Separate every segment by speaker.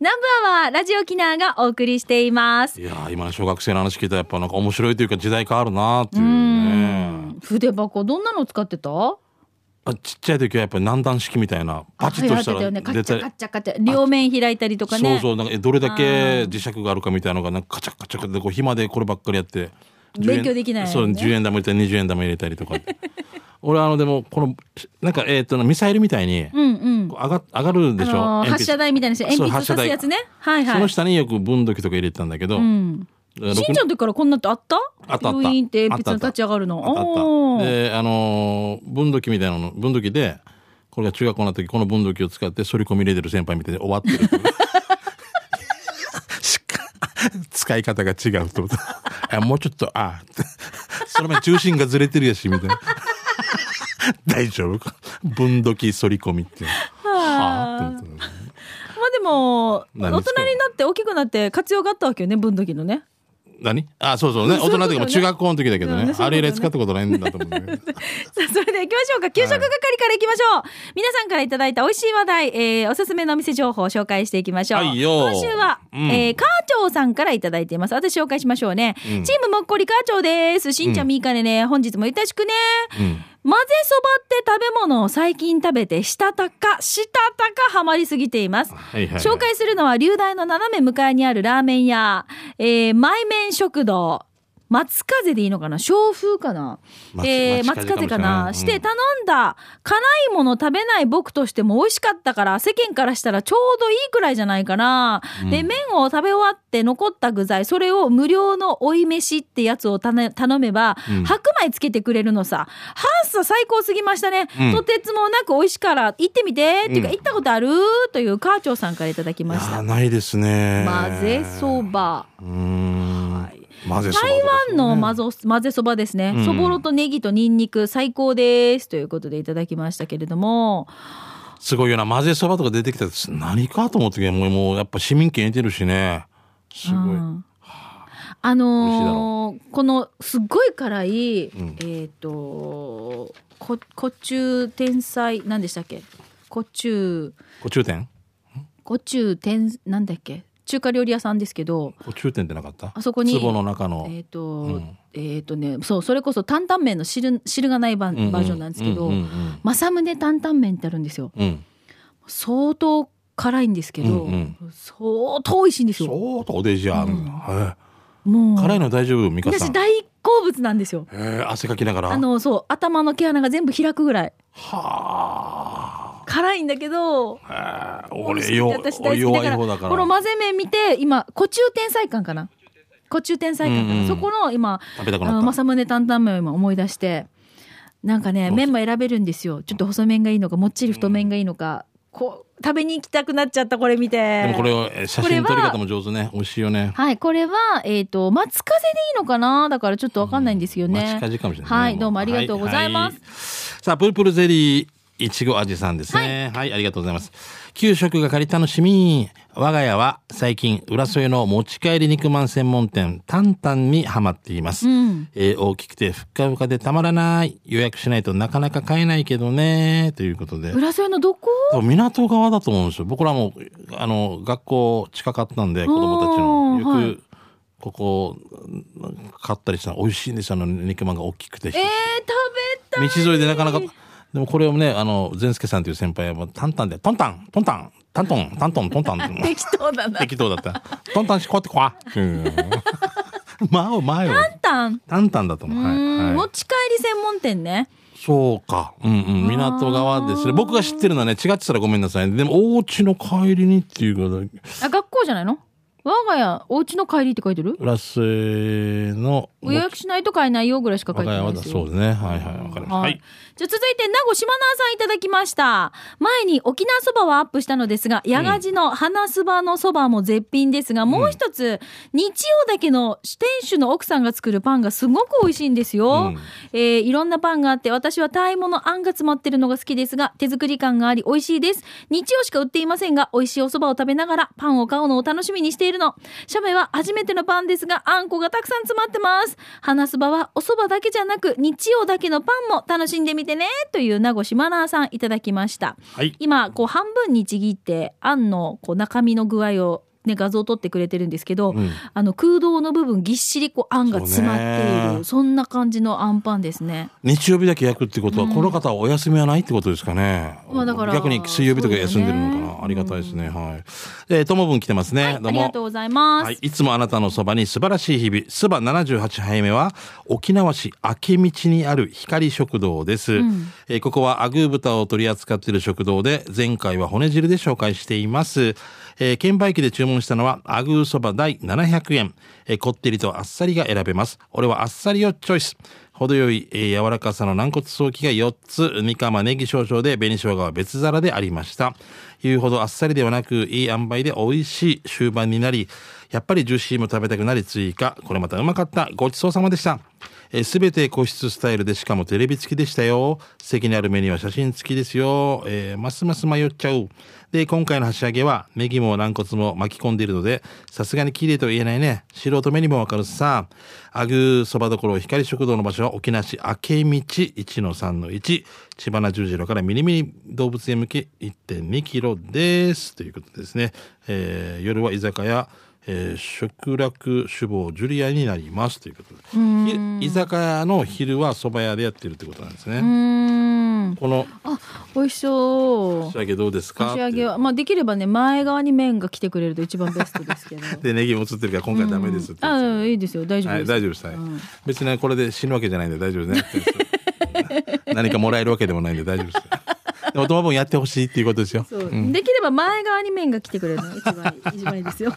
Speaker 1: ナンバーはラジオキナーがお送りしています。
Speaker 2: いやー今の小学生の話聞いたらやっぱなんか面白いというか時代変わるなーっていううね
Speaker 1: ん。筆箱どんなの使ってた？
Speaker 2: あちっちゃい時はやっぱり南段式みたいなパチッとした
Speaker 1: あ流行ってた
Speaker 2: ら
Speaker 1: よね。カッ
Speaker 2: 出
Speaker 1: チ
Speaker 2: た
Speaker 1: ャ
Speaker 2: り
Speaker 1: カッチャカッチャ両面開いたりとかね。
Speaker 2: そうそうなんかえどれだけ磁石があるかみたいなのがなんかカチャカチャカチャでこう暇でこればっかりやって10円
Speaker 1: 勉強できないよね
Speaker 2: そう10円玉入れたり20円玉入れたりとか俺あのでもこのなんかえーっとミサイルみたいに
Speaker 1: うんうん。
Speaker 2: こう上が上がるでしょ、
Speaker 1: あのー
Speaker 2: 鉛筆
Speaker 1: 発射台みたいなして鉛
Speaker 2: そう
Speaker 1: 筆
Speaker 2: 発射
Speaker 1: 刺す
Speaker 2: 台
Speaker 1: やつね。はいはい。
Speaker 2: その下によく分度器とか入れてたんだけど、
Speaker 1: うん。
Speaker 2: えー
Speaker 1: しんちゃんの時からこんなってあった？
Speaker 2: あったあった
Speaker 1: ビヨインって鉛筆が立ち上がるの。
Speaker 2: あったあ
Speaker 1: おー
Speaker 2: ったであのー分度器みたいなの分度器でこれが中学校の時この分度器を使って反り込み入れてる先輩みたいで終わってるしか使い方が違うってことあもうちょっとあその前重心がずれてるやしみたいな大丈夫か分度器反り込みってはあって思った
Speaker 1: まあでも大
Speaker 2: 何
Speaker 1: 人
Speaker 2: ですか
Speaker 1: になって大きくなって活用があったわけよね分度器のね。
Speaker 2: 何あそうそうね
Speaker 1: そういうことね
Speaker 2: 大人というかもう中学校の時だけど
Speaker 1: うん
Speaker 2: ね
Speaker 1: ねそういうことね
Speaker 2: あれ以来使ったことないんだと思うんだけど
Speaker 1: さあ、それでは行きましょうか。給食係から行きましょう。皆さんからいただいた美味しい話題、えー、おすすめのお店情報を紹介していきましょう。
Speaker 2: はいよ
Speaker 1: 今週は、
Speaker 2: うん
Speaker 1: えー、課長さんからいただいています。私紹介しましょうね。チームもっこり課長です。しんちゃん、みーかねね、本日もよろしくね。
Speaker 2: うん
Speaker 1: 混ぜそばって食べ物を最近食べて、したたか、したたかハマりすぎています。
Speaker 2: はいはい、はい、
Speaker 1: 紹介するのは、流大の斜め向かいにあるラーメン屋、えー、前面食堂、松風でいいのかな小風かな
Speaker 2: 松
Speaker 1: えー、松
Speaker 2: 松
Speaker 1: 風
Speaker 2: 風
Speaker 1: か
Speaker 2: か
Speaker 1: な
Speaker 2: な
Speaker 1: して
Speaker 2: うん
Speaker 1: 頼んだ、辛いもの食べない僕としても美味しかったから、世間からしたらちょうどいいくらいじゃないかな。で、麺を食べ終わって残った具材、それを無料の追い飯ってやつをたね頼めば、
Speaker 2: うん
Speaker 1: 白米つけてくれるのさ。はっさ、最高すぎましたね。
Speaker 2: うん
Speaker 1: とてつもなく美味しいから、行ってみて。っていうか、
Speaker 2: うん
Speaker 1: 行ったことあるという、課長さんからいただきまし
Speaker 2: いやー
Speaker 1: た。
Speaker 2: ないですね
Speaker 1: 混ぜそば。
Speaker 2: うーん、
Speaker 1: はい
Speaker 2: 混ぜそば
Speaker 1: 台湾の混ぜ混ぜそばですね、
Speaker 2: うん
Speaker 1: そぼろとネギとニンニク最高ですということでいただきましたけれども
Speaker 2: すごいよな混ぜそばとか出てきたら何かと思ってけどもうもうやっぱ市民権得てるしねすごい、
Speaker 1: うんあ
Speaker 2: 美味しいだ
Speaker 1: のーこのすっごい辛い、
Speaker 2: ん
Speaker 1: えっ、とこコチュ天才何でしたっけコチュ
Speaker 2: コチューテン
Speaker 1: コチュ天なんだっけ中華料理屋さんですけど
Speaker 2: コチューテンってなかった
Speaker 1: あそこに
Speaker 2: 壺の中の、
Speaker 1: えっ、と、
Speaker 2: うん
Speaker 1: えっ、とねそうそれこそ担々麺の汁汁がないバ
Speaker 2: うう
Speaker 1: バージョンなんですけど、
Speaker 2: うんうん
Speaker 1: 政宗担々麺ってあるんですよ
Speaker 2: うんうん
Speaker 1: 相当辛いんですけど、
Speaker 2: うん
Speaker 1: 相当美味しいんですよ。
Speaker 2: 相当でじゃん、
Speaker 1: うん
Speaker 2: は
Speaker 1: もう
Speaker 2: い、辛いの大丈夫美香さ
Speaker 1: 私
Speaker 2: ん
Speaker 1: 大好物なんですよ。
Speaker 2: えー、汗かきながら
Speaker 1: あのそう頭の毛穴が全部開くぐらい
Speaker 2: は
Speaker 1: 辛いんですよ
Speaker 2: あ、えー、
Speaker 1: 美味し
Speaker 2: 俺
Speaker 1: くて私
Speaker 2: よ
Speaker 1: 大好き
Speaker 2: 俺
Speaker 1: だ
Speaker 2: 弱
Speaker 1: か
Speaker 2: い
Speaker 1: ら
Speaker 2: 方だから
Speaker 1: この混ぜ麺見て今古中天才館かな古中天才館かな、
Speaker 2: うんうん
Speaker 1: そこの今
Speaker 2: 食べたく
Speaker 1: あ
Speaker 2: な
Speaker 1: の
Speaker 2: った
Speaker 1: 正宗担々麺を今思い出してなんかね
Speaker 2: もう
Speaker 1: 麺も選べるんですよちょっと細麺がいいのかもっちり太麺がいいのか、こう食べに行きたくなっちゃったこれ見て
Speaker 2: でもこれをえー写
Speaker 1: これ
Speaker 2: 真
Speaker 1: は
Speaker 2: 撮り方も上手ね美味しいよね
Speaker 1: はい、これは、えっ、と、松風でいいのかなだからちょっとわかんないんですよね。
Speaker 2: 待ちかじかもしれないね、
Speaker 1: はい、どうもありがとうございます。
Speaker 2: ははいさあ、プルプルゼリー、いちご味さんですね。はい、ありがとうございます。給食係楽しみ。我が家は最近、浦添の持ち帰り肉まん専門店、タンタンにハマっています。
Speaker 1: うん。
Speaker 2: えー大きくてふっかふかでたまらない。予約しないとなかなか買えないけどね。ということで。
Speaker 1: 浦添のどこ
Speaker 2: 多分港側だと思うんですよ。僕らも、あの、学校近かったんで、子供たち
Speaker 1: おー
Speaker 2: の。よく、
Speaker 1: はい
Speaker 2: ここ、買ったりしたら美味しいんですよ。あの、肉まんが大きくて。
Speaker 1: えー、食べたい。
Speaker 2: 道沿いでなかなか、でもこれをね、あの、善助さんという先輩はもう、タンタンで、トンタン、トンタン、タントン、タントン、トンタン って
Speaker 1: 適当だな。
Speaker 2: 適当だった。トンタンしこうやってこわ。うん。 まあよ、まあよ。
Speaker 1: タン
Speaker 2: タンタンだと思
Speaker 1: タ
Speaker 2: う。
Speaker 1: ン。
Speaker 2: は
Speaker 1: うん
Speaker 2: い、は
Speaker 1: 持
Speaker 2: い。
Speaker 1: ち帰り専門店ね。
Speaker 2: そうか。うんうん。港側ですね。僕が知ってるのはね、違ってたらごめんなさい。でも、お家の帰りにっていうことで
Speaker 1: あ、学校じゃないの我が家、お家の帰りって書いてる
Speaker 2: 浦添の、
Speaker 1: 予約しないと買えないよぐらいしか書
Speaker 2: 我
Speaker 1: いて
Speaker 2: が
Speaker 1: な
Speaker 2: 家
Speaker 1: い
Speaker 2: は
Speaker 1: で
Speaker 2: だ
Speaker 1: すよ。
Speaker 2: そうですね。はいはい。わかりました。はい。
Speaker 1: じゃあ続いて、名護島奈さんいただきました。前に沖縄そばはアップしたのですが、八賀寺の花そばのそばも絶品ですが、もう一つ、日曜だけの店主の奥さんが作るパンがすごく美味しいんですよ。
Speaker 2: うん
Speaker 1: えーいろんなパンがあって、私はタイものあんが詰まってるのが好きですが、手作り感があり美味しいです。日曜しか売っていませんが、美味しいお蕎麦を食べながらパンを買うのを楽しみにしているるの。シャメは初めてのパンですが、あんこがたくさん詰まってます。花すばはお蕎麦だけじゃなく、日曜だけのパンも楽しんでみてね、という名越マナーさんいただきました。
Speaker 2: はい。
Speaker 1: 今、こう半分にちぎって、あんのこう中身の具合をね、画像を撮ってくれてるんですけど、
Speaker 2: うん
Speaker 1: あの空洞の部分ぎっしりこうあんが詰まってい
Speaker 2: そう
Speaker 1: る
Speaker 2: ね
Speaker 1: そんな感じのあんパンですね。
Speaker 2: 日曜日だけ焼くってことは、この方はお休みはないってことですかね。
Speaker 1: まあだから
Speaker 2: 逆に水曜日とか休んでるのか
Speaker 1: そ
Speaker 2: な。
Speaker 1: うだね
Speaker 2: ありがたいですね。はい。えー、ともぶん来てますね。ど
Speaker 1: あ
Speaker 2: う
Speaker 1: り
Speaker 2: も
Speaker 1: がとう。ございます。
Speaker 2: はい、いつもあなたのそばに素晴らしい日々。スバ78杯目は、沖縄市明道にある光食堂です。えーここはアグー豚を取り扱っている食堂で、前回は骨汁で紹介しています。えー券売機で注文したのは、アグーそば第700円。えーこってりとあっさりが選べます。俺はあっさりをチョイス。程よい、えー柔らかさの軟骨早期が4つ、三釜ネギ少々で紅生姜は別皿でありました。言うほどあっさりではなく、いい塩梅で美味しい終盤になり、やっぱりジューシーも食べたくなり追加。これまたうまかった。ごちそうさまでした。えー、すべて個室スタイルでしかもテレビ付きでしたよ。席にあるメニューは写真付きですよ。えーますます迷っちゃう。で、今回の箸上げは、ネギも軟骨も巻き込んでいるので、さすがに綺麗とは言えないね。素人目にもわかるさ。アグーそばどころ光食堂の場所は沖縄市明道1の3の1。千葉な十字路からミニミニ動物園向け1.2キロです。ということですね。えー夜は居酒屋、えー食楽酒坊ジュリアになりますということで。ひ居酒屋の昼は蕎麦屋でやってるってことなんです
Speaker 1: う
Speaker 2: ね。
Speaker 1: ーん
Speaker 2: この
Speaker 1: あ美味しそう
Speaker 2: 仕。上げどうですか
Speaker 1: 仕上げはまあできればね前側に麺が来てくれると一番ベストですけど。
Speaker 2: でネギも映ってるから今回ダメですってやつ、
Speaker 1: あいいですよ大丈夫
Speaker 2: はい、
Speaker 1: です。
Speaker 2: 大丈夫です、はい別にこれで死ぬわけじゃないんで大丈夫で すね何かもらえるわけでもないんで大丈夫ですでも友分やってほしいっていうことですよ
Speaker 1: そうできれば前側に麺が来てくれるのが一番いい一番いいですよ。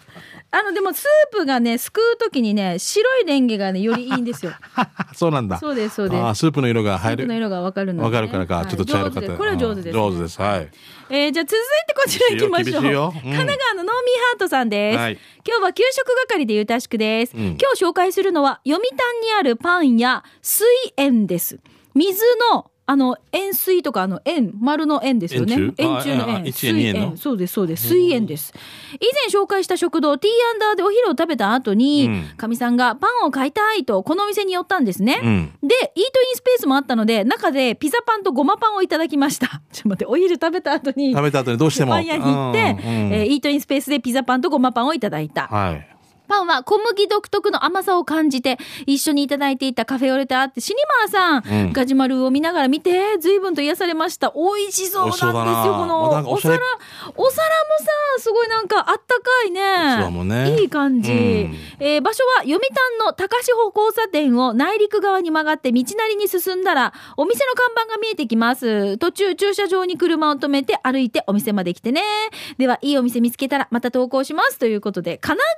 Speaker 1: あのでもスープがねすくうときにね白いレンゲがねよりいいんですよ。
Speaker 2: あそうなんだ
Speaker 1: そうですそうです
Speaker 2: あースープの色が
Speaker 1: ス
Speaker 2: 入
Speaker 1: ープの
Speaker 2: る
Speaker 1: 色がわかるのでね
Speaker 2: わかるからか、
Speaker 1: はい
Speaker 2: ちょっと茶色か
Speaker 1: 上手
Speaker 2: った
Speaker 1: でこれは上手です、
Speaker 2: うん上手ですはい
Speaker 1: えーじゃあ続いてこちら行きましょう。
Speaker 2: 厳しいよ厳しいようん
Speaker 1: 神奈川のノーミーハートさんです。
Speaker 2: はい
Speaker 1: 今日は給食係でゆたしくです、
Speaker 2: うん
Speaker 1: 今日紹介するのは読谷にあるパン屋水園です。水のあの円錐とかあの円丸の円ですよね。
Speaker 2: 円柱
Speaker 1: 円柱
Speaker 2: あ
Speaker 1: の
Speaker 2: ああ
Speaker 1: 円。
Speaker 2: 一円二円の
Speaker 1: 水そうですそうです。水園です。以前紹介した食堂ティーアンダーでお昼を食べた後に
Speaker 2: うん
Speaker 1: かみ、さんがパンを買いたいとこのお店に寄ったんですね。
Speaker 2: うん
Speaker 1: で、イートインスペースもあったので、中でピザパンとごまパンをいただきました。 ちょっと待って、お昼食べた後に、
Speaker 2: 食べた後にどうしても
Speaker 1: パン屋に行って、
Speaker 2: うんうん
Speaker 1: えーイートインスペースでピザパンとごまパンをいただいた。
Speaker 2: はい
Speaker 1: パンは小麦独特の甘さを感じて、一緒にいただいていたカフェオレとあって、シニマーさん、
Speaker 2: うん
Speaker 1: ガジュマルを見ながら見て、随分と癒されました。美味しそうなんですよ、
Speaker 2: 美味しそうだな
Speaker 1: こ
Speaker 2: まあな
Speaker 1: の、
Speaker 2: んか
Speaker 1: お
Speaker 2: おしゃ
Speaker 1: 皿
Speaker 2: れ、
Speaker 1: お皿もさ、すごいなんかあったかいね。
Speaker 2: 器もね
Speaker 1: いい感じ。
Speaker 2: うん
Speaker 1: えー場所は読谷の高志保交差点を内陸側に曲がって道なりに進んだら、お店の看板が見えてきます。途中、駐車場に車を止めて歩いてお店まで来てね。では、いいお店見つけたらまた投稿します。ということで、神奈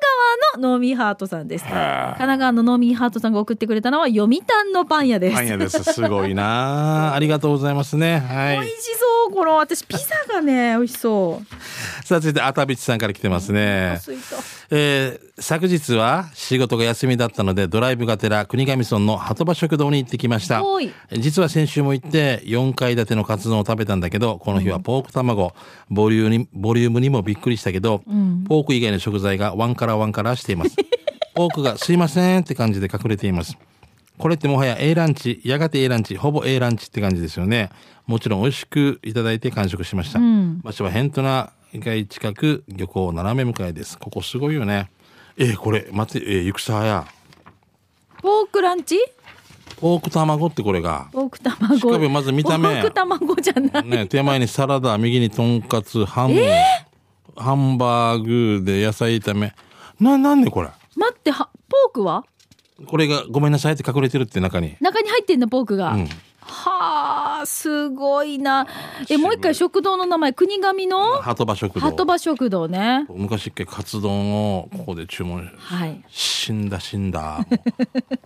Speaker 1: 川のノーミーハートさんです。神奈川のノーミーハートさんが送ってくれたのは読谷のパン屋です。
Speaker 2: パン屋ですすごい なありがとうございますねは
Speaker 1: 美
Speaker 2: い
Speaker 1: 味しそう、この私、ピザがね、美味しそう。
Speaker 2: さあ続いてあたびちさんから来てますね
Speaker 1: スイート
Speaker 2: えー昨日は仕事が休みだったのでドライブがてら国頭村の鳩場食堂に行ってきました
Speaker 1: おい
Speaker 2: 実は先週も行って4階建てのカツ丼を食べたんだけどこの日はポーク卵ボリュームにボリュームにもびっくりしたけど、ポーク以外の食材がワンカラワンカラしています ポークが「すいません」って感じで隠れていますこれってもはや A ランチやがて A ランチほぼ A ランチって感じですよねもちろん美味しくいただいて完食しました、場所はヘントナ街近く漁港斜め向かいですここすごいよねえーこれ待って、えー、ゆくさや
Speaker 1: ポークランチ
Speaker 2: ポーク卵ってこれが
Speaker 1: ポーク卵。
Speaker 2: しかもまず見た目
Speaker 1: ポーク卵じゃない。
Speaker 2: ね手前にサラダ右にとんかつハム、ハンバーグで野菜炒めななんでこれ
Speaker 1: 待って、はポークは
Speaker 2: これがごめんなさいって隠れてるって中に
Speaker 1: 中に入ってんのポークが、
Speaker 2: ん
Speaker 1: はあすごいなえもう一回食堂の名前国神の
Speaker 2: 鳩場食
Speaker 1: 鳩
Speaker 2: 堂
Speaker 1: 場食堂ね
Speaker 2: 昔一回カツ丼をここで注文
Speaker 1: はい
Speaker 2: 死んだ死んだもう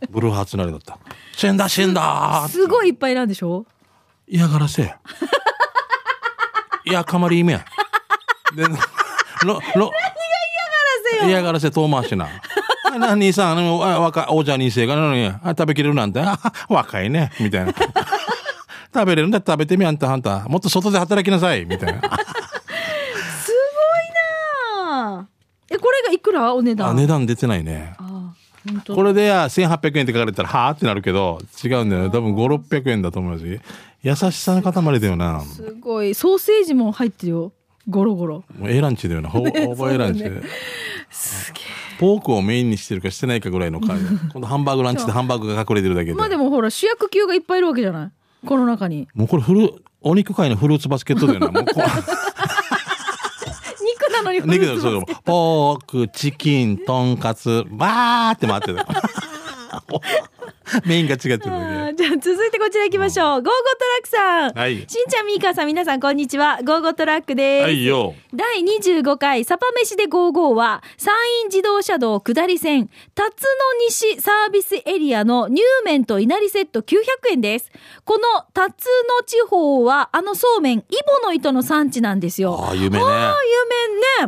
Speaker 2: ブルーハーツなりだった死んだ死んだ
Speaker 1: すごいいっぱいなんでしょ
Speaker 2: 嫌がらせいやかまり意味やでののの嫌がらせ遠回しなあ何さんあのあ若いおじゃに生がなのにあ食べきれるなんてあ若いねみたいな食べれるんだったら食べてみあんたあんたもっと外で働きなさいみたいな
Speaker 1: ああえここれがいくらお値段
Speaker 2: あ値段出てないね
Speaker 1: ああ本当
Speaker 2: これでや1800円って書かれたらはあってなるけど違うんだよね多分5600円だと思うし優しさの塊だよな
Speaker 1: すごいソーセージも入ってるよゴロゴロ
Speaker 2: もうエランチだよなほぼほぼエランチで、
Speaker 1: すげ
Speaker 2: ポークをメインにしてるかしてないかぐらいの感じ今度ハンバーグランチでハンバーグが隠れてるだけで、
Speaker 1: えまあでもほら主役級がいっぱいいるわけじゃないこの中に
Speaker 2: もうこれフルお肉界のフルーツバスケットだよなもうこ
Speaker 1: 肉なのにフル
Speaker 2: 肉
Speaker 1: ー
Speaker 2: だ
Speaker 1: ツ
Speaker 2: よそう
Speaker 1: バスケ
Speaker 2: だよポークチキンとんかつバーって回ってる メインが違ってるだけ
Speaker 1: あーじゃあ続いてこちら行きましょうゴーゴートラックさん、
Speaker 2: はい
Speaker 1: しんちゃんみーかさん皆さんこんにちはゴーゴートラックです、
Speaker 2: はいよ
Speaker 1: 第25回サパ飯で55は山陰自動車道下り線辰野西サービスエリアの乳麺と稲荷セット900円です。この辰野地方はあのそうめんイボの糸の産地なんですよ。
Speaker 2: ああ夢ね
Speaker 1: ああ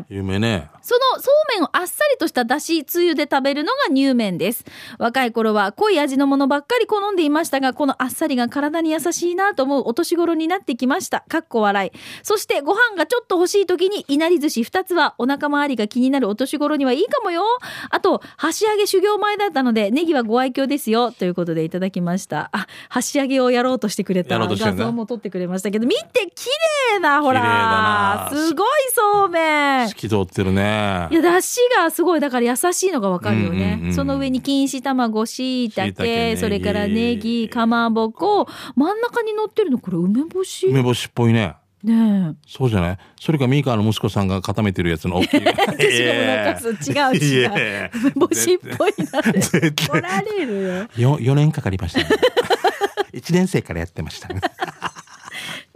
Speaker 1: いう麺ね。
Speaker 2: 夢ね
Speaker 1: そのそうめんをあっさりとしただしつゆで食べるのが乳麺です。若い頃は濃い味のものばっかり好んでいましたが、このあっさりが体に優しいなと思うお年頃になってきました。かっこ笑い。そしてご飯がちょっと欲しい時にいなり寿司2つはお腹周りが気になるお年頃にはいいかもよ。あと、箸上げ修行前だったので、ネギはご愛嬌ですよ。ということでいただきました。あ、箸上げをやろうとしてくれた
Speaker 2: やろうとしてる
Speaker 1: 画
Speaker 2: ね
Speaker 1: 像も撮ってくれましたけど、見て綺麗な、ほ
Speaker 2: 綺麗
Speaker 1: ら
Speaker 2: だな。
Speaker 1: すごいそうめん
Speaker 2: 透。き通ってるね
Speaker 1: いや、だしがすごい、だから優しいのがわかるよね。
Speaker 2: うんうんうん
Speaker 1: その上に錦糸卵、椎茸、
Speaker 2: 椎茸ネギ
Speaker 1: それからネギ、かまぼこ、真ん中に乗ってるの、これ梅干し
Speaker 2: 梅干しっぽいね
Speaker 1: ね
Speaker 2: そうじゃないそれかミーカーの息子さんが固めてるやつの大きい
Speaker 1: 私がお腹す違う違う
Speaker 2: いや
Speaker 1: え。梅干しっぽいな って。
Speaker 2: 絶対
Speaker 1: 取られるよ。
Speaker 2: よ4年かかりました、ね、1年生からやってました、ね、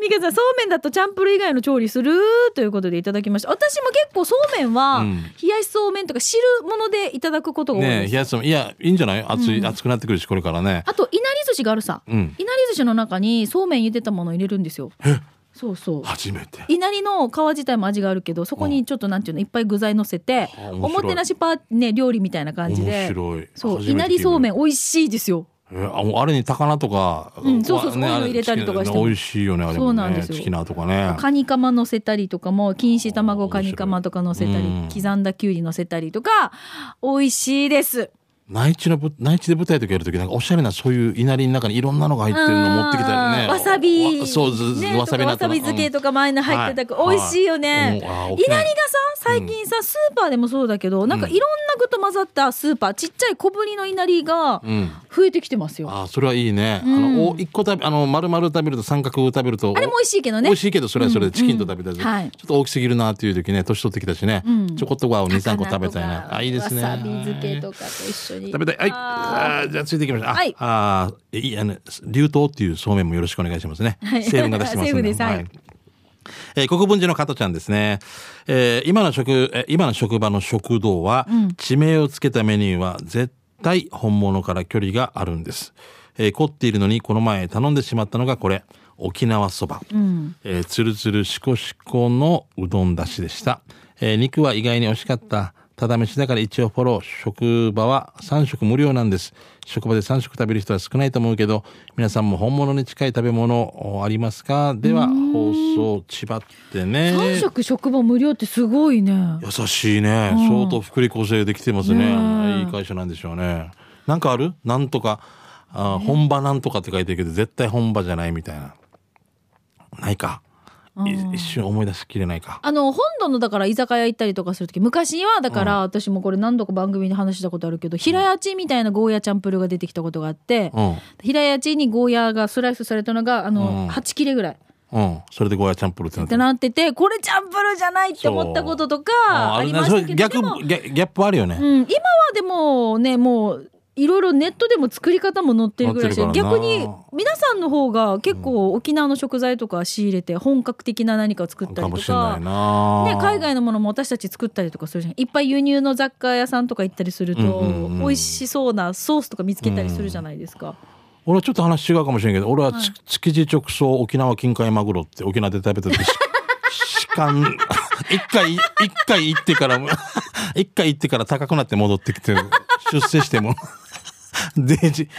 Speaker 1: ミカさん、そうめんだとチャンプル以外の調理するということでいただきました。私も結構そうめんは、
Speaker 2: うん
Speaker 1: 冷やしそうめんとか汁物でいただくことが多い
Speaker 2: ね
Speaker 1: です。
Speaker 2: 冷やすもいやいいんじゃない暑い、暑くなってくるしこれからね
Speaker 1: あと、いなり寿司があるさ。
Speaker 2: うん
Speaker 1: いなり寿司の中にそうめん茹でたものを入れるんですよ。そうそう。
Speaker 2: 初めて
Speaker 1: 稲荷の皮自体も味があるけどそこにちょっとなんていうのいっぱい具材乗せて
Speaker 2: あ面白い
Speaker 1: おもてなしパーね料理みたいな感じで
Speaker 2: 面白い
Speaker 1: そう
Speaker 2: 初めて聞いた
Speaker 1: 稲荷そうめん美味しいですよ
Speaker 2: えあもうあれに高菜とか、
Speaker 1: うんそうそう
Speaker 2: ここは
Speaker 1: そういうの入れたりとかしても
Speaker 2: あれチキン美味しいよねあれ
Speaker 1: そう
Speaker 2: も
Speaker 1: なん
Speaker 2: ね
Speaker 1: ですよ
Speaker 2: チキナーとかね
Speaker 1: カニカマ乗せたりとかも錦糸卵カニカマとか乗せたり
Speaker 2: 面白いうん
Speaker 1: 刻んだきゅうり乗せたりとか美味しいです
Speaker 2: 内地のぶ内地で舞台とかやるときなんかおしゃれなそういう稲荷の中にいろんなのが入ってるの持ってきたよ
Speaker 1: う
Speaker 2: ね
Speaker 1: んわさび
Speaker 2: わそうずず
Speaker 1: ね
Speaker 2: わさび
Speaker 1: とか
Speaker 2: な
Speaker 1: わさび漬けとか前の入ってた
Speaker 2: うん
Speaker 1: 美味しいよね
Speaker 2: はいはいうんあ
Speaker 1: 稲
Speaker 2: 沖
Speaker 1: 荷が
Speaker 2: 縄
Speaker 1: さ最近さスーパーでもそうだけどなんかいろんな具と混ざったスーパーちっちゃい小ぶりの稲荷が
Speaker 2: うん
Speaker 1: 増えてきてますよ
Speaker 2: あーそれはいいね、
Speaker 1: ん
Speaker 2: あのお一個食べあの丸々食べると三角食べると
Speaker 1: あれも美味しいけどね
Speaker 2: 美味しいけどそれはそれでチキンと食べたり、
Speaker 1: うんうんはい
Speaker 2: ちょっと大きすぎるなっていう時ね年取ってきたしね、
Speaker 1: うん
Speaker 2: ちょこっとは二三個食べたいなあいいですね
Speaker 1: わさび漬けとかと一緒に。
Speaker 2: 食べたいはい
Speaker 1: あ
Speaker 2: あーじゃあついていきましょうあ、
Speaker 1: はい
Speaker 2: あーいいあの流湯っていうそうめんもよろしくお願いしますね、
Speaker 1: はい
Speaker 2: 成分が出してます ん
Speaker 1: 成分
Speaker 2: で
Speaker 1: ですはい
Speaker 2: えー国分寺の加トちゃんですね。えー今の職、えー今の職場の食堂は、地名をつけたメニューは絶対本物から距離があるんです。えー凝っているのにこの前頼んでしまったのがこれ、沖縄そば。えーつるつるしこしこのうどんだしでした。えー肉は意外に美味しかった。ただ飯だから一応フォロー。職場は3食無料なんです。職場で3食食べる人は少ないと思うけど、皆さんも本物に近い食べ物おありますかでは、放送、千葉ってね。
Speaker 1: 三食職場無料ってすごいね。
Speaker 2: 優しいね、相当福利厚生できてますね
Speaker 1: ねえ
Speaker 2: いい会社なんでしょうねなんかあるなんとかあー本場なんとかって書いてるけど絶対本場じゃないみたいなないかい一瞬思い出しきれないか
Speaker 1: あの本土のだから居酒屋行ったりとかするとき昔はだから私もこれ何度か番組で話したことあるけど平屋地みたいなゴーヤチャンプルーが出てきたことがあって
Speaker 2: うん
Speaker 1: 平屋地にゴーヤがスライスされたのがあ
Speaker 2: うん
Speaker 1: の8切れぐらい
Speaker 2: うんそれでゴーヤチャンプルーってな
Speaker 1: っ
Speaker 2: って
Speaker 1: てな
Speaker 2: る
Speaker 1: っててこれチャンプルーじゃないって思ったこととかありましたけど
Speaker 2: 逆
Speaker 1: でも
Speaker 2: ギャギャップあるよね、
Speaker 1: うん、今はでもねもういろいろネットでも作り方も載ってるぐらいで
Speaker 2: 載ってるから
Speaker 1: 逆
Speaker 2: な
Speaker 1: に皆さんの方が結構沖縄の食材とか仕入れて本格的な何かを作った
Speaker 2: か
Speaker 1: り
Speaker 2: も
Speaker 1: と
Speaker 2: しれな
Speaker 1: か
Speaker 2: い。な、
Speaker 1: ね、海外のものも私たち作ったりとかするじゃんいっぱい輸入の雑貨屋さんとか行ったりすると
Speaker 2: うんうんうん
Speaker 1: 美味しそうなソースとか見つけたりするじゃないですか、
Speaker 2: 俺はちょっと話違うかもしれんけど俺はつ、築地直送沖縄近海マグロって沖縄で食べた時ししかん一回一回行ってからも一回行ってから高くなって戻ってきて出世してもデージ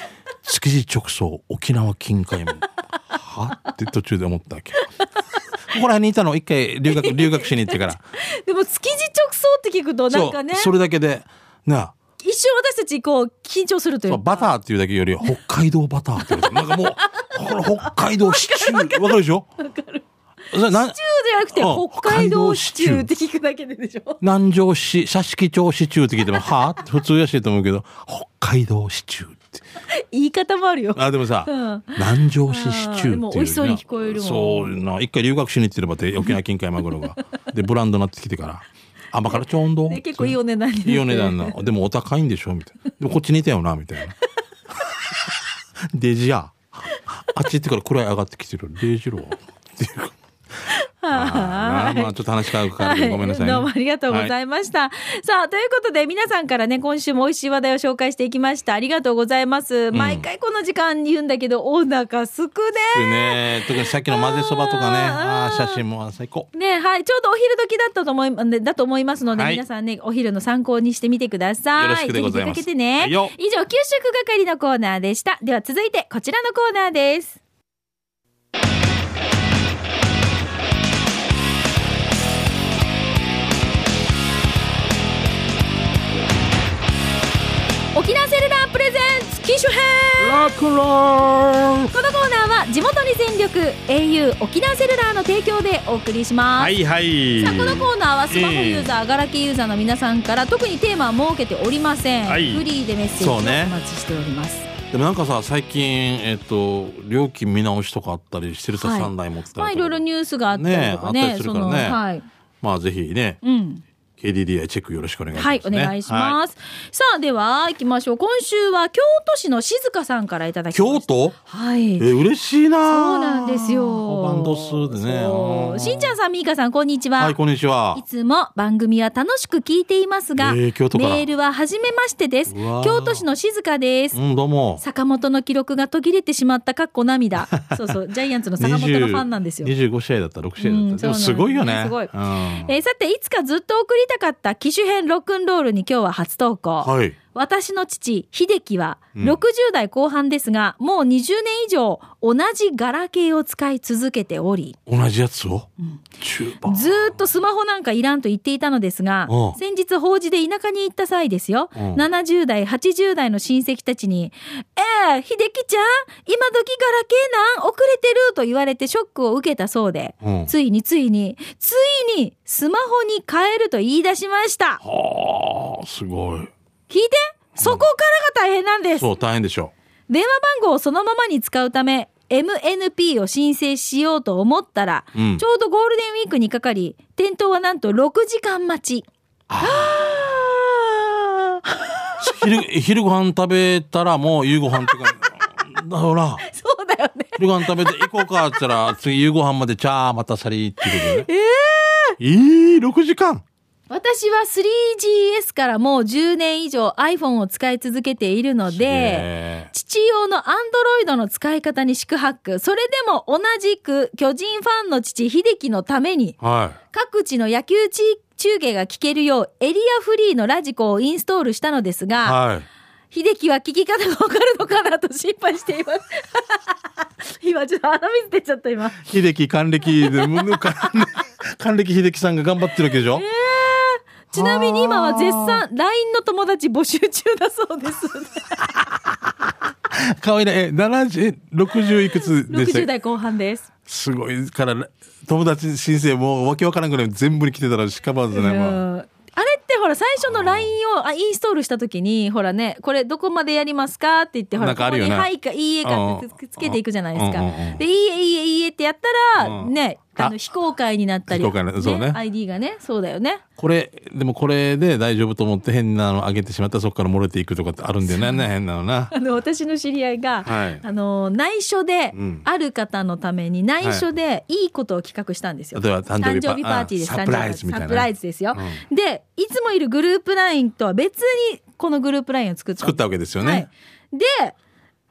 Speaker 2: 築地直送沖縄近海マグロはって途中で思ったわけここら辺にいたの一回留学留学しに行ってから
Speaker 1: でも築地直そうって聞くと なんかね
Speaker 2: そうそれだけでなあ
Speaker 1: 一瞬私たちこう緊張するとい
Speaker 2: そううバターっていうだけ より北海道バターってことなんかもうこれ北海道シ チューわかるでしょわかる
Speaker 1: シチューじゃなく
Speaker 2: あ
Speaker 1: て北海道シチューって聞くだけででしょ
Speaker 2: 南城市社敷町シチューって聞いてもはあ普通やしと思うけど北海道シチューって
Speaker 1: 言い方もあるよ
Speaker 2: あでもさ、
Speaker 1: うん
Speaker 2: 南城市シチューっていう、ね、
Speaker 1: あーでも美味しそうに聞こえるもん
Speaker 2: そうな一回留学しに行ってればって沖縄近海マグロがでブランドになってきてから甘辛ちょうど、
Speaker 1: ね結構いいお値段に
Speaker 2: いいお値段な でもお高いんでしょみたいなでもこっち似たよなみたいなデジやあっち行ってから暗い上がってきてるデジローっていうかあーなまあちょっと話変わるからごめんなさいね、
Speaker 1: どうもありがとうご
Speaker 2: は
Speaker 1: ざいました。さあ、ということで皆さんからね、今週も美味しい話題を紹介していきました。ありがとうございます。毎回この時間に言うんだけど、お腹すく
Speaker 2: で
Speaker 1: ね。
Speaker 2: ね、特にさっきの混ぜそばとかね、
Speaker 1: あー
Speaker 2: ああー、写真も最高。
Speaker 1: ねはい、ちょうどお昼時だったと思い、ねだと思いますので、
Speaker 2: はい
Speaker 1: 皆さんね、お昼の参考にしてみてください。
Speaker 2: よろしくでございます
Speaker 1: ぜひ出かけてね。
Speaker 2: はい
Speaker 1: 以上、
Speaker 2: よ
Speaker 1: 給食係のコーナーでした。では続いて、こちらのコーナーです。沖縄セルラープレゼンツ機種編
Speaker 2: ラクロ
Speaker 1: このコーナーは地元に全力 au 沖縄セルラーの提供でお送りします、
Speaker 2: はいはい。
Speaker 1: さあこのコーナーはスマホユーザー、ガラケーユーザーの皆さんから特にテーマは設けておりません、
Speaker 2: はい
Speaker 1: フリーでメッセージを
Speaker 2: そ
Speaker 1: お
Speaker 2: うね
Speaker 1: 待ちしております、
Speaker 2: でもなんかさ、最近、えっと、料金見直しとかあったりしてるさ、
Speaker 1: はい
Speaker 2: 3台持ってた
Speaker 1: まあいろいろニュースがあったりとか
Speaker 2: ねえ
Speaker 1: ね
Speaker 2: あったりする
Speaker 1: そ
Speaker 2: から
Speaker 1: の
Speaker 2: ね
Speaker 1: はい、
Speaker 2: まあぜひね、
Speaker 1: うん、
Speaker 2: KDDI チェックよろしくお願いしま
Speaker 1: はい、
Speaker 2: す、
Speaker 1: お
Speaker 2: ね。
Speaker 1: 願いします、さあでは行きましょう今週は京都市の静香さんからいただ
Speaker 2: はい
Speaker 1: きま
Speaker 2: 京
Speaker 1: した
Speaker 2: 都
Speaker 1: はい
Speaker 2: え、嬉しいな
Speaker 1: そうなんですよ
Speaker 2: バンド数でね。
Speaker 1: そううしんちゃんさんみーかさんこんにちは、。
Speaker 2: はい、こんにちはい
Speaker 1: つも番組は楽しく聞いていますが、
Speaker 2: えー京都から
Speaker 1: メールは初めましてです。
Speaker 2: うわー
Speaker 1: 京都市の静香です。
Speaker 2: うん、どうも。
Speaker 1: 坂本の記録が途切れてしまったかっこ 涙。そうそう、ジャイアンツの坂本のファンなんですよ。
Speaker 2: 20 25試合だった、6試合だ
Speaker 1: う
Speaker 2: っ
Speaker 1: ん
Speaker 2: た。で
Speaker 1: そうなん
Speaker 2: も
Speaker 1: です
Speaker 2: すごいよね。
Speaker 1: すごい
Speaker 2: うん
Speaker 1: えーさて、いつかずっと送りたかった機種編ロックンロールに今日は初投稿。
Speaker 2: はい。
Speaker 1: 私の父、秀樹は
Speaker 2: うん
Speaker 1: 60代後半ですが、もう20年以上同じガラケーを使い続けており、
Speaker 2: 同じやつを、中盤
Speaker 1: ずーっとスマホなんかいらんと言っていたのですが
Speaker 2: うん、
Speaker 1: 先日法事で田舎に行った際ですよ、
Speaker 2: うん
Speaker 1: 70代、80代の親戚たちに、ええ秀樹ちゃん、今時ガラケーなん遅れてると言われてショックを受けたそうで、
Speaker 2: うん
Speaker 1: ついについに、ついにスマホに変えると言い出しました。
Speaker 2: はあすごい
Speaker 1: 聞いてそこからが大変なんです
Speaker 2: そう大変でしょ
Speaker 1: 電話番号をそのままに使うため MNP を申請しようと思ったら、
Speaker 2: うん
Speaker 1: ちょうどゴールデンウィークにかかり店頭はなんと6時間待ちはあ
Speaker 2: 昼昼ご飯食べたらもう夕ご飯とか だほら
Speaker 1: そうだよね
Speaker 2: 昼ご飯食べて行こうかって言ったら次夕ご飯までじゃあまたさりっていうことで、ね、ええー、6時間
Speaker 1: 私は 3GS からもう10年以上 iPhone を使い続けているの
Speaker 2: ね
Speaker 1: で
Speaker 2: え
Speaker 1: 父用のアンドロイドの使い方に四苦八苦それでも同じく巨人ファンの父秀樹のために
Speaker 2: は
Speaker 1: 各地の野球地中継が聞けるようエリアフリーのラジコをインストールしたのです
Speaker 2: い
Speaker 1: が、
Speaker 2: はい
Speaker 1: 秀樹は聞き方がわかるのかなと心配しています 今ちょっと鼻水出ちゃった今
Speaker 2: 秀樹還暦でむむ還 還暦秀樹さんが頑張ってるわけでしょ、
Speaker 1: ちなみに今は絶賛 LINE の友達募集中だそうです
Speaker 2: かわいいねえ70え60いくつでした
Speaker 1: 60代後半です
Speaker 2: すごいから友達申請もうわけわからんぐらい全部に来てたらしかばず
Speaker 1: う
Speaker 2: ね、もうん
Speaker 1: あれってほら最初の LINE をあインストールした時にほらねこれどこまでやりますかって言ってほ
Speaker 2: な
Speaker 1: ら
Speaker 2: んかあ
Speaker 1: ここ
Speaker 2: るよ
Speaker 1: に「
Speaker 2: ね
Speaker 1: はい」か「いいえ」かってくっつけていくじゃないですか
Speaker 2: うんうんうんうん
Speaker 1: で「いいえいいえいいえ」ってやったら
Speaker 2: うん
Speaker 1: ねあの
Speaker 2: あ
Speaker 1: 非公開になったり
Speaker 2: 非公開なそうね
Speaker 1: ID がねそうだよね
Speaker 2: これでもこれで大丈夫と思って変なの上げてしまったらそこから漏れていくとかってあるんだよねね変なのな
Speaker 1: あの私の知り合いが
Speaker 2: はい
Speaker 1: あの内緒で
Speaker 2: うん
Speaker 1: ある方のために内緒でいいことを企画したんですよ
Speaker 2: 例えば誕生日パ
Speaker 1: 誕生日パーティーです
Speaker 2: あサプライズみたいな
Speaker 1: 誕生日パーティーサプライズですよでいつもいるグループ LINE とは別にこのグループ LINE を作った
Speaker 2: 作ったわけですよね、
Speaker 1: はいで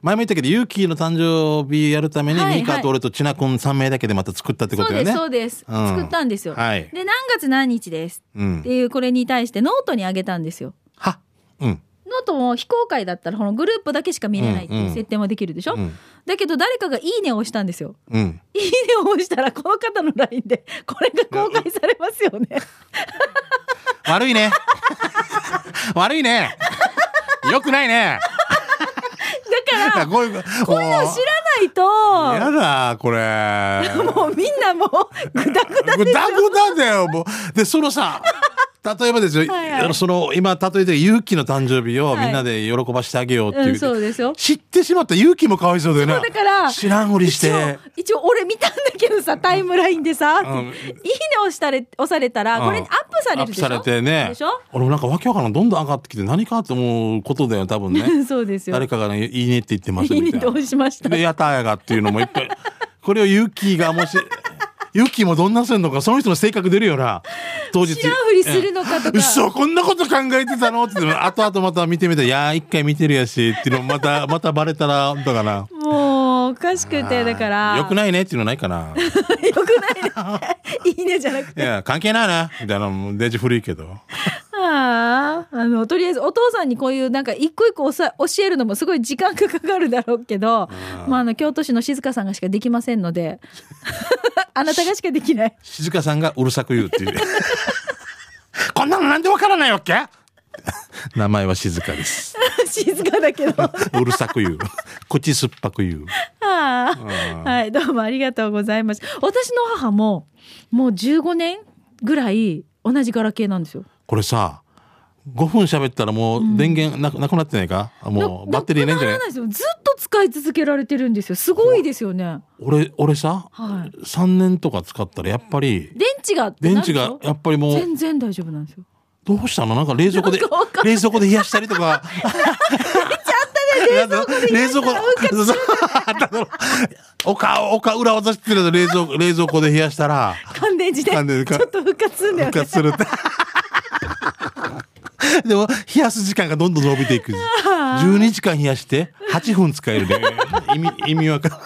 Speaker 2: 前も言ったけどユーキーの誕生日やるために
Speaker 1: はいはい
Speaker 2: ミカと俺と千奈君3名だけでまた作ったってこ
Speaker 1: そう
Speaker 2: と
Speaker 1: で
Speaker 2: よ
Speaker 1: す
Speaker 2: ね
Speaker 1: そうです、
Speaker 2: うん
Speaker 1: 作ったんですよ、
Speaker 2: はい
Speaker 1: で何月何日です
Speaker 2: う
Speaker 1: っ
Speaker 2: ん
Speaker 1: ていうこれに対してノートにあげたんですよ
Speaker 2: はうん
Speaker 1: ノートも非公開だったらこのグループだけしか見れないって
Speaker 2: うん
Speaker 1: いううん設定もできるでしょ、
Speaker 2: うん
Speaker 1: だけど誰かが「いいね」を押したんですよ
Speaker 2: うん
Speaker 1: いいねを押したらこの方の LINE でこれが公開されますよね
Speaker 2: 悪 いね。悪いね。よくないね。
Speaker 1: だから、
Speaker 2: こういう、
Speaker 1: こういうの知らない
Speaker 2: やだ、これ。
Speaker 1: と、もうみんなもう、ぐだぐだ
Speaker 2: グダグダだよ、もう。で、そのさ、例えばですよ、
Speaker 1: はいはい
Speaker 2: その、今、例えて、勇気の誕生日を
Speaker 1: はい
Speaker 2: みんなで喜ばしてあげようっていう。
Speaker 1: うん、そうですよ。
Speaker 2: 知ってしまった勇気もかわいそうだよね。
Speaker 1: だから、
Speaker 2: 知らんふりして。
Speaker 1: 一応、一応俺見たんだけどさ、タイムラインでさ、
Speaker 2: うん
Speaker 1: いいね押したれ、押されたら、これアップされるでしょ
Speaker 2: アップされてね
Speaker 1: でしょ。
Speaker 2: 俺もなんかわけわからん、どんどん上がってきて、何かって思うことだよ、多 分ね。
Speaker 1: そうですよ。
Speaker 2: 誰かがね、いいねって言ってました
Speaker 1: いい
Speaker 2: み
Speaker 1: ね
Speaker 2: たい
Speaker 1: と
Speaker 2: な。
Speaker 1: 押しました。
Speaker 2: で、やたやがっていうのもいっぱい。これをユッキーがもし、ユッキーもどんなするのか、その人の性格出るよな。当日。
Speaker 1: 知らんふりするのかとか。
Speaker 2: 嘘こんなこと考えてたのって言って後々また見てみたら「いやー一回見てるやし」っていうのまた またバレたらだから
Speaker 1: もう、おかしくて、だから。
Speaker 2: よくないねっていうのないかな
Speaker 1: よくないね。いいねじゃなく
Speaker 2: い
Speaker 1: て。
Speaker 2: や関係ないなみたいなもうデジ古いけど
Speaker 1: ああ、あの、とりあえずお父さんにこういうなんか一個一個おさ教えるのもすごい時間がかかるだろうけど、まああの、京都市の静香さんがしかできませんので、 あなたがしかできない。
Speaker 2: 静香さんがうるさく言うっていうこんなのなんでわからないわけ 名前は静香です
Speaker 1: 静かだけど。あ
Speaker 2: うるさく言う口酸っぱく言う
Speaker 1: あ
Speaker 2: うん
Speaker 1: はい、どうもありがとうございました。私の母も、もう15年ぐらい同じガラケーなんですよ。
Speaker 2: これさ5分喋ったらもう電源なく,、なくなってないかもう
Speaker 1: な
Speaker 2: バッテリーないんじゃな
Speaker 1: ないくならないですよずっと使い続けられてるんですよ。すごいですよね。
Speaker 2: 俺俺さ、
Speaker 1: はい
Speaker 2: 3年とか使ったらやっぱり
Speaker 1: 電池がって
Speaker 2: 電
Speaker 1: なるで
Speaker 2: 池
Speaker 1: し
Speaker 2: が
Speaker 1: ょ
Speaker 2: やっぱりもう
Speaker 1: 全然大丈夫なんですよ。
Speaker 2: どうしたのなんか冷蔵庫で
Speaker 1: なんかわかん
Speaker 2: 冷蔵庫で冷やしたり とかやったね冷蔵庫で冷蔵庫 そうお顔お顔裏渡してると冷蔵庫冷蔵庫で冷やしたら
Speaker 1: 乾電池で。ち
Speaker 2: 乾電池
Speaker 1: ょ
Speaker 2: か
Speaker 1: っと復活するんだよ
Speaker 2: 復
Speaker 1: ね。
Speaker 2: 活するって でも冷やす時間がどんどん伸びて いく12時間冷やして8分使えるね意味意味わかん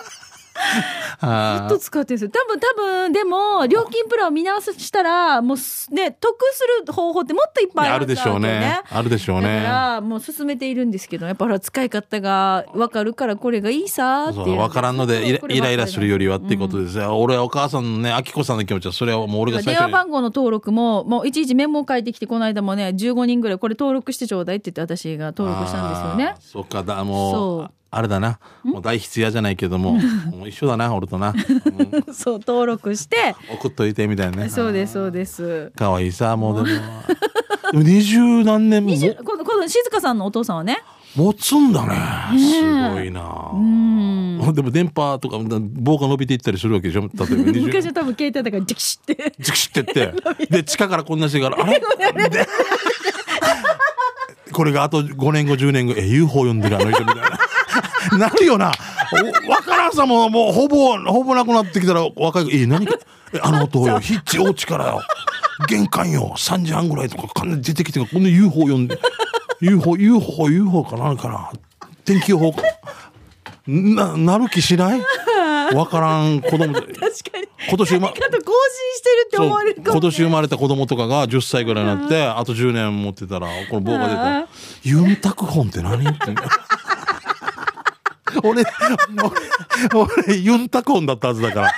Speaker 2: あー
Speaker 1: ずっと使ってるんですよ。多分、多分、でも、料金プランを見直したら、もうす、ね、得する方法ってもっといっぱい
Speaker 2: あ
Speaker 1: あ
Speaker 2: る
Speaker 1: る
Speaker 2: でしょうね
Speaker 1: だ。ろ
Speaker 2: あるでしょう
Speaker 1: うねだか
Speaker 2: ね。
Speaker 1: ら、もう進めているんですけど、やっぱほら、使い方がわかるから、これがいいさーって
Speaker 2: そ
Speaker 1: いうう。
Speaker 2: 分からんのでイラ
Speaker 1: これ
Speaker 2: イ
Speaker 1: ばっか
Speaker 2: ラ
Speaker 1: り
Speaker 2: イ
Speaker 1: だ
Speaker 2: ラするよりはっていうことですよ、俺はお母さんのねきこさんの気持ちはそれはもう俺が最
Speaker 1: 電話
Speaker 2: 初に
Speaker 1: 番号の登録も、もういちいちメモを書いてきて、この間もね、15人ぐらい、これ登録してちょうだいって言って、私が登録したんですよね
Speaker 2: あー。そっかだもう
Speaker 1: そう
Speaker 2: あれだなもう大筆屋じゃないけ どももう一緒だな俺となうん
Speaker 1: そう、登録して、
Speaker 2: 送っといてみたいなね
Speaker 1: そうです、そうです。
Speaker 2: かわいいさもうでもでも二十何年も
Speaker 1: 20この、この静香さんのお父さんはね、
Speaker 2: 持つんだねすごいなでも電波とか棒が伸びていったりするわけでしょ例えば 20
Speaker 1: 昔は多分携帯だから、ジキシって。
Speaker 2: ズキシってって、で、地下からこんなしてから、あれでこれがあと5年後、10年後、え、UFO 呼んでるあの人みたいな。なるよな。おわからんさ、もう、もう、ほぼ、ほぼなくなってきたら、若い子、え、何か、え、あの音よ、ヒッチ、お家からよ、玄関よ、3時半ぐらいとか、かん出てきてから、こんな UFO 呼んで、UFO、UFO、UFO かなんかな、天気予報かな、なる気しないわからん子供で、
Speaker 1: 確かに。
Speaker 2: 今年生ま、
Speaker 1: あと更新してるって
Speaker 2: そう
Speaker 1: 思われるか
Speaker 2: 今
Speaker 1: も、ね。
Speaker 2: 年生まれた子供とかが10歳ぐらいになってあと10年持ってたらこの棒が
Speaker 1: う
Speaker 2: 出た
Speaker 1: ん
Speaker 2: ら「ユンタクホンって何?」 って俺俺俺ユンタクホンだったはずだから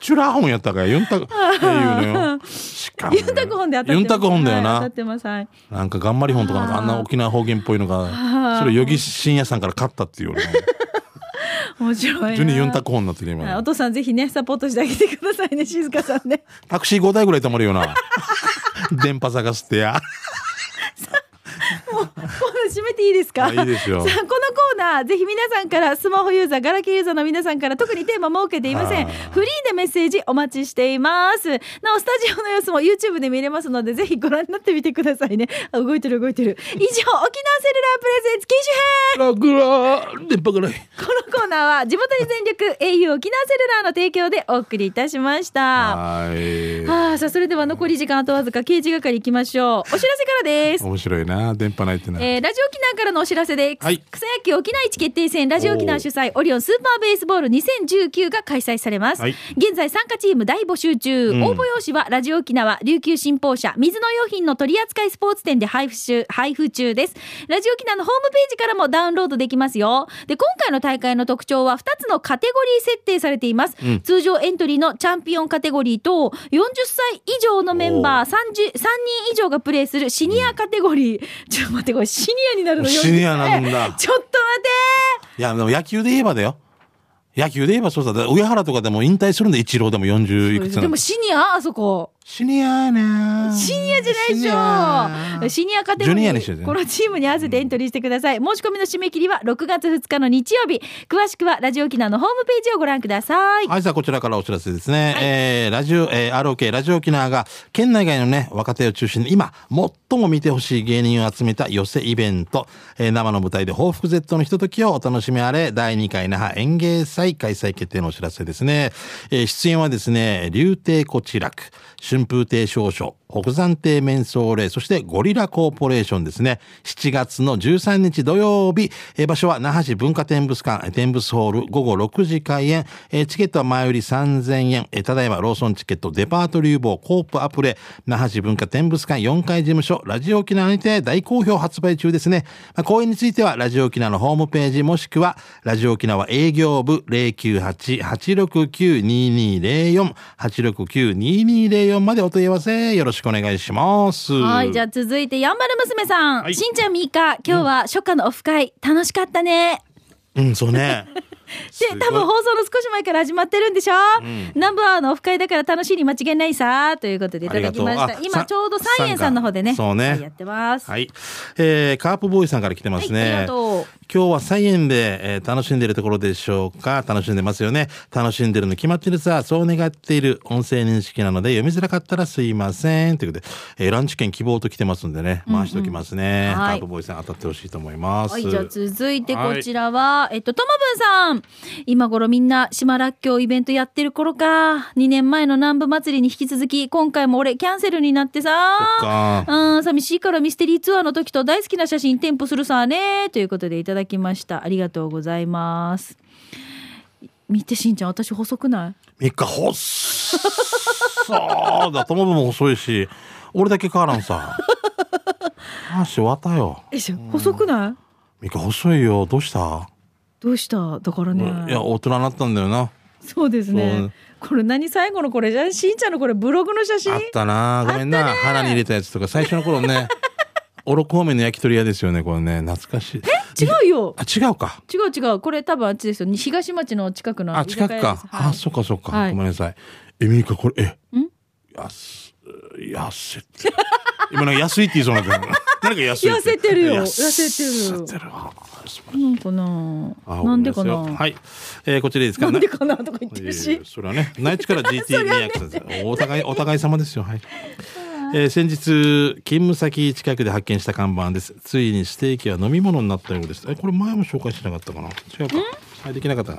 Speaker 2: チュラホンやったからユンタクっていうのよしかもね
Speaker 1: ユンタクホンで当たってます。
Speaker 2: ユンタクホンだよ
Speaker 1: はい当た
Speaker 2: な
Speaker 1: ってます。はい。
Speaker 2: なんか頑張り本とかなんかあんな沖縄方言っぽいのがそれヨギ深夜さんから勝ったっていう俺
Speaker 1: 面白いな。
Speaker 2: ジュニユンタクホンになってる
Speaker 1: はいお
Speaker 2: 今
Speaker 1: 父さんぜひね、サポートしてあげてくださいね、静香さん ね。
Speaker 2: タクシー5台ぐらい止まる よな電波探すってや
Speaker 1: もう、この締めていいですか
Speaker 2: あいいですよ
Speaker 1: さあ、このコーナー、ぜひ皆さんから、スマホユーザー、ガラケーユーザーの皆さんから、特にテーマ設けていません。
Speaker 2: あー
Speaker 1: フリーでメッセージお待ちしています。なお、スタジオの様子も YouTube で見れますので、ぜひご覧になってみてくださいね。あ動いてる動いてる。以上、沖縄セルラープレゼンツ、機種編
Speaker 2: ラグラ電波がない
Speaker 1: このコーナーは地元に全力 au 沖縄セルラーの提供でお送りいたしました。
Speaker 2: はい
Speaker 1: ああ、さあ、それでは残り時間あとわずか、刑事係行きましょう。お知らせからです。
Speaker 2: 面白いな電波ないってな、
Speaker 1: えーラジオ沖縄からのお知らせで、
Speaker 2: はい
Speaker 1: 草野球沖沖縄市決定戦ラジオ沖縄主催オリオンスーパーベースボール2019が開催されます、
Speaker 2: はい
Speaker 1: 現在参加チーム大募集中、
Speaker 2: うん
Speaker 1: 応募用紙はラジオ沖縄琉球新報社水の用品の取扱いスポーツ店で配布中配布中ですラジオ沖縄のホームページからもダウンロードできますよで今回の大会の特徴は2つのカテゴリー設定されています、
Speaker 2: うん
Speaker 1: 通常エントリーのチャンピオンカテゴリーと40歳以上のメンバー30 3人以上がプレーするシニアカテゴリー、ちょっと待ってこれシニアになるの40
Speaker 2: シニアなんだ
Speaker 1: 歳 ちょっと待って
Speaker 2: いや、でも野球で言えばだよ。野球で言えばそうさ、だ上原とかでも引退するんで、一郎でも40いくつな
Speaker 1: で
Speaker 2: の
Speaker 1: もシニアあそこ。
Speaker 2: シニアやね
Speaker 1: シニアじゃないでしょシニアカテゴ
Speaker 2: ジュ
Speaker 1: リ
Speaker 2: ニアにして
Speaker 1: ー
Speaker 2: ね
Speaker 1: このチームに合わせてエントリーしてください。申し込みの締め切りは6月2日の日曜日。詳しくはラジオ沖縄のホームページをご覧ください。
Speaker 2: はい、さあ、こちらからお知らせですね。えー、ラジオ、えー、ROK、ラジオ沖縄が、県内外のね、若手を中心に、今、最も見てほしい芸人を集めた寄せイベント、えー、生の舞台で報復 Z のひとときをお楽しみあれ、第2回那覇演芸祭開催決定のお知らせですね。えー、出演はですね、竜亭こちらく、春風亭少々、北山亭面相礼、そしてゴリラコーポレーションですね。7月の13日土曜日、えー場所は那覇市文化展物館、えー展物ホール、午後6時開演。えーチケットは前売り3000円。えーただいまローソンチケット、デパート流房、コープアプレ、那覇市文化展物館4階事務所、ラジオ沖縄にて大好評発売中ですね。まあ、公演については、ラジオ沖縄のホームページ、もしくは、ラジオ沖縄営業部098-869-2204、869-2204までお問い合わせよろしくお願いします。
Speaker 1: はい、じゃあ続いて、やんばる娘さん。
Speaker 2: はい
Speaker 1: しんちゃんみーか、今日は初夏のオフ会、楽しかったね。
Speaker 2: うん、そうね。すご
Speaker 1: で、
Speaker 2: い
Speaker 1: 多分放送の少し前から始まってるんでしょ、ナンバーのオフ会だから楽しいに間違いないさということでいただきまし
Speaker 2: あ
Speaker 1: た
Speaker 2: りが。とうあ
Speaker 1: 今
Speaker 2: さ
Speaker 1: ちょうどサイエンさんの方でね、
Speaker 2: さんそうね
Speaker 1: はいやってます。
Speaker 2: はい。えー、カープボーイさんから来てますね。
Speaker 1: はいありがとう
Speaker 2: 今日はサイエンで、えー楽しんでるところでしょうか楽しんでますよね。楽しんでるの決まってるさ。そう願っている音声認識なので読みづらかったらすいません。ということで、えーランチ券希望と来てますんでね。回しておきますね。
Speaker 1: はい
Speaker 2: カープボーイさん当たってほしいと思います。
Speaker 1: はい、じゃあ続いてこちらは、えっと、ともぶんさん。今頃みんな島らっきょうイベントやってる頃か。2年前の南部祭りに引き続き、今回も俺キャンセルになって
Speaker 2: そっ
Speaker 1: さ
Speaker 2: か。
Speaker 1: うん、寂しいからミステリーツアーの時と大好きな写真添付するさね。ということでいただきました。ありがとうございます。見てしんちゃん、私細くない
Speaker 2: 3日、ほっそうだ。友部も細いし、俺だけ変わら んさ。話わたよ。
Speaker 1: えしょ、細くない
Speaker 2: 3日、細いよ。どうした
Speaker 1: どうしただからね。
Speaker 2: いや、大人になったんだよな。
Speaker 1: そうですね。これ何最後のこれじゃんしんちゃんのこれブログの写真
Speaker 2: あったなごめんな、花に入れたやつとか最初の頃 ねおろこ方面の焼き鳥屋ですよねこれね懐かしい
Speaker 1: 違うよ
Speaker 2: あ違うか
Speaker 1: 違う違うこれ多分あっちですよに東町の近くの
Speaker 2: あ近くか、あそっかそっか、
Speaker 1: はい
Speaker 2: ごめんなさいえみーかこれえ
Speaker 1: ん
Speaker 2: やす安いって今なんか安いって言いそうになっ てる何か安い
Speaker 1: 痩せてるよ
Speaker 2: 痩
Speaker 1: 痩せてるよ
Speaker 2: 痩せてるわ
Speaker 1: うなんかな
Speaker 2: あ
Speaker 1: なんでかな、
Speaker 2: ごめんさいはい、えーこちらいいですか
Speaker 1: なんでかなとか言って
Speaker 2: い
Speaker 1: る
Speaker 2: やいや
Speaker 1: し
Speaker 2: それはね内地から GT にアクセスお互いお互い様ですよはい。えー先日勤務先近くで発見した看板ですついにステーキは飲み物になったようですえこれ前も紹介しなかったかな違うかはいできなかったな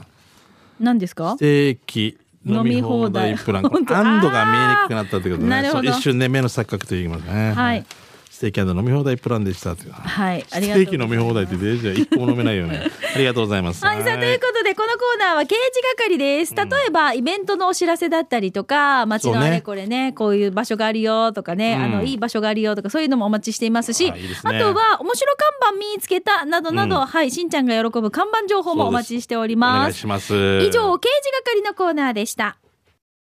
Speaker 1: 何ですか
Speaker 2: ステーキ
Speaker 1: 飲
Speaker 2: 飲
Speaker 1: み
Speaker 2: み
Speaker 1: 放
Speaker 2: 放
Speaker 1: 題
Speaker 2: 題プランこれ
Speaker 1: 本当
Speaker 2: 安度が見えにくくなったってことね
Speaker 1: なるほど
Speaker 2: そう一瞬ね目の錯覚と言いますね
Speaker 1: はい
Speaker 2: ステーキ飲み放題プランでしたっていう
Speaker 1: はいあ
Speaker 2: ス
Speaker 1: り
Speaker 2: テ
Speaker 1: がとう
Speaker 2: ーキ飲み放題ってデージは一個も飲めないよねありがとうございます
Speaker 1: はい、さあ、ということで、このコーナーは刑事係です。例えば、イベントのお知らせだったりとか、街のあ
Speaker 2: そう
Speaker 1: れ
Speaker 2: ね
Speaker 1: これね、こういう場所があるよとかね、
Speaker 2: うん
Speaker 1: あの、いい場所があるよとか、そういうのもお待ちしていますし、
Speaker 2: あいいです
Speaker 1: あ
Speaker 2: ね
Speaker 1: とは、面白看板見つけた、などなど、
Speaker 2: うん
Speaker 1: はい、しんちゃんが喜ぶ看板情報もお待ちしており
Speaker 2: お願
Speaker 1: ま
Speaker 2: い
Speaker 1: す。
Speaker 2: します
Speaker 1: 以上、刑事係のコーナーでした。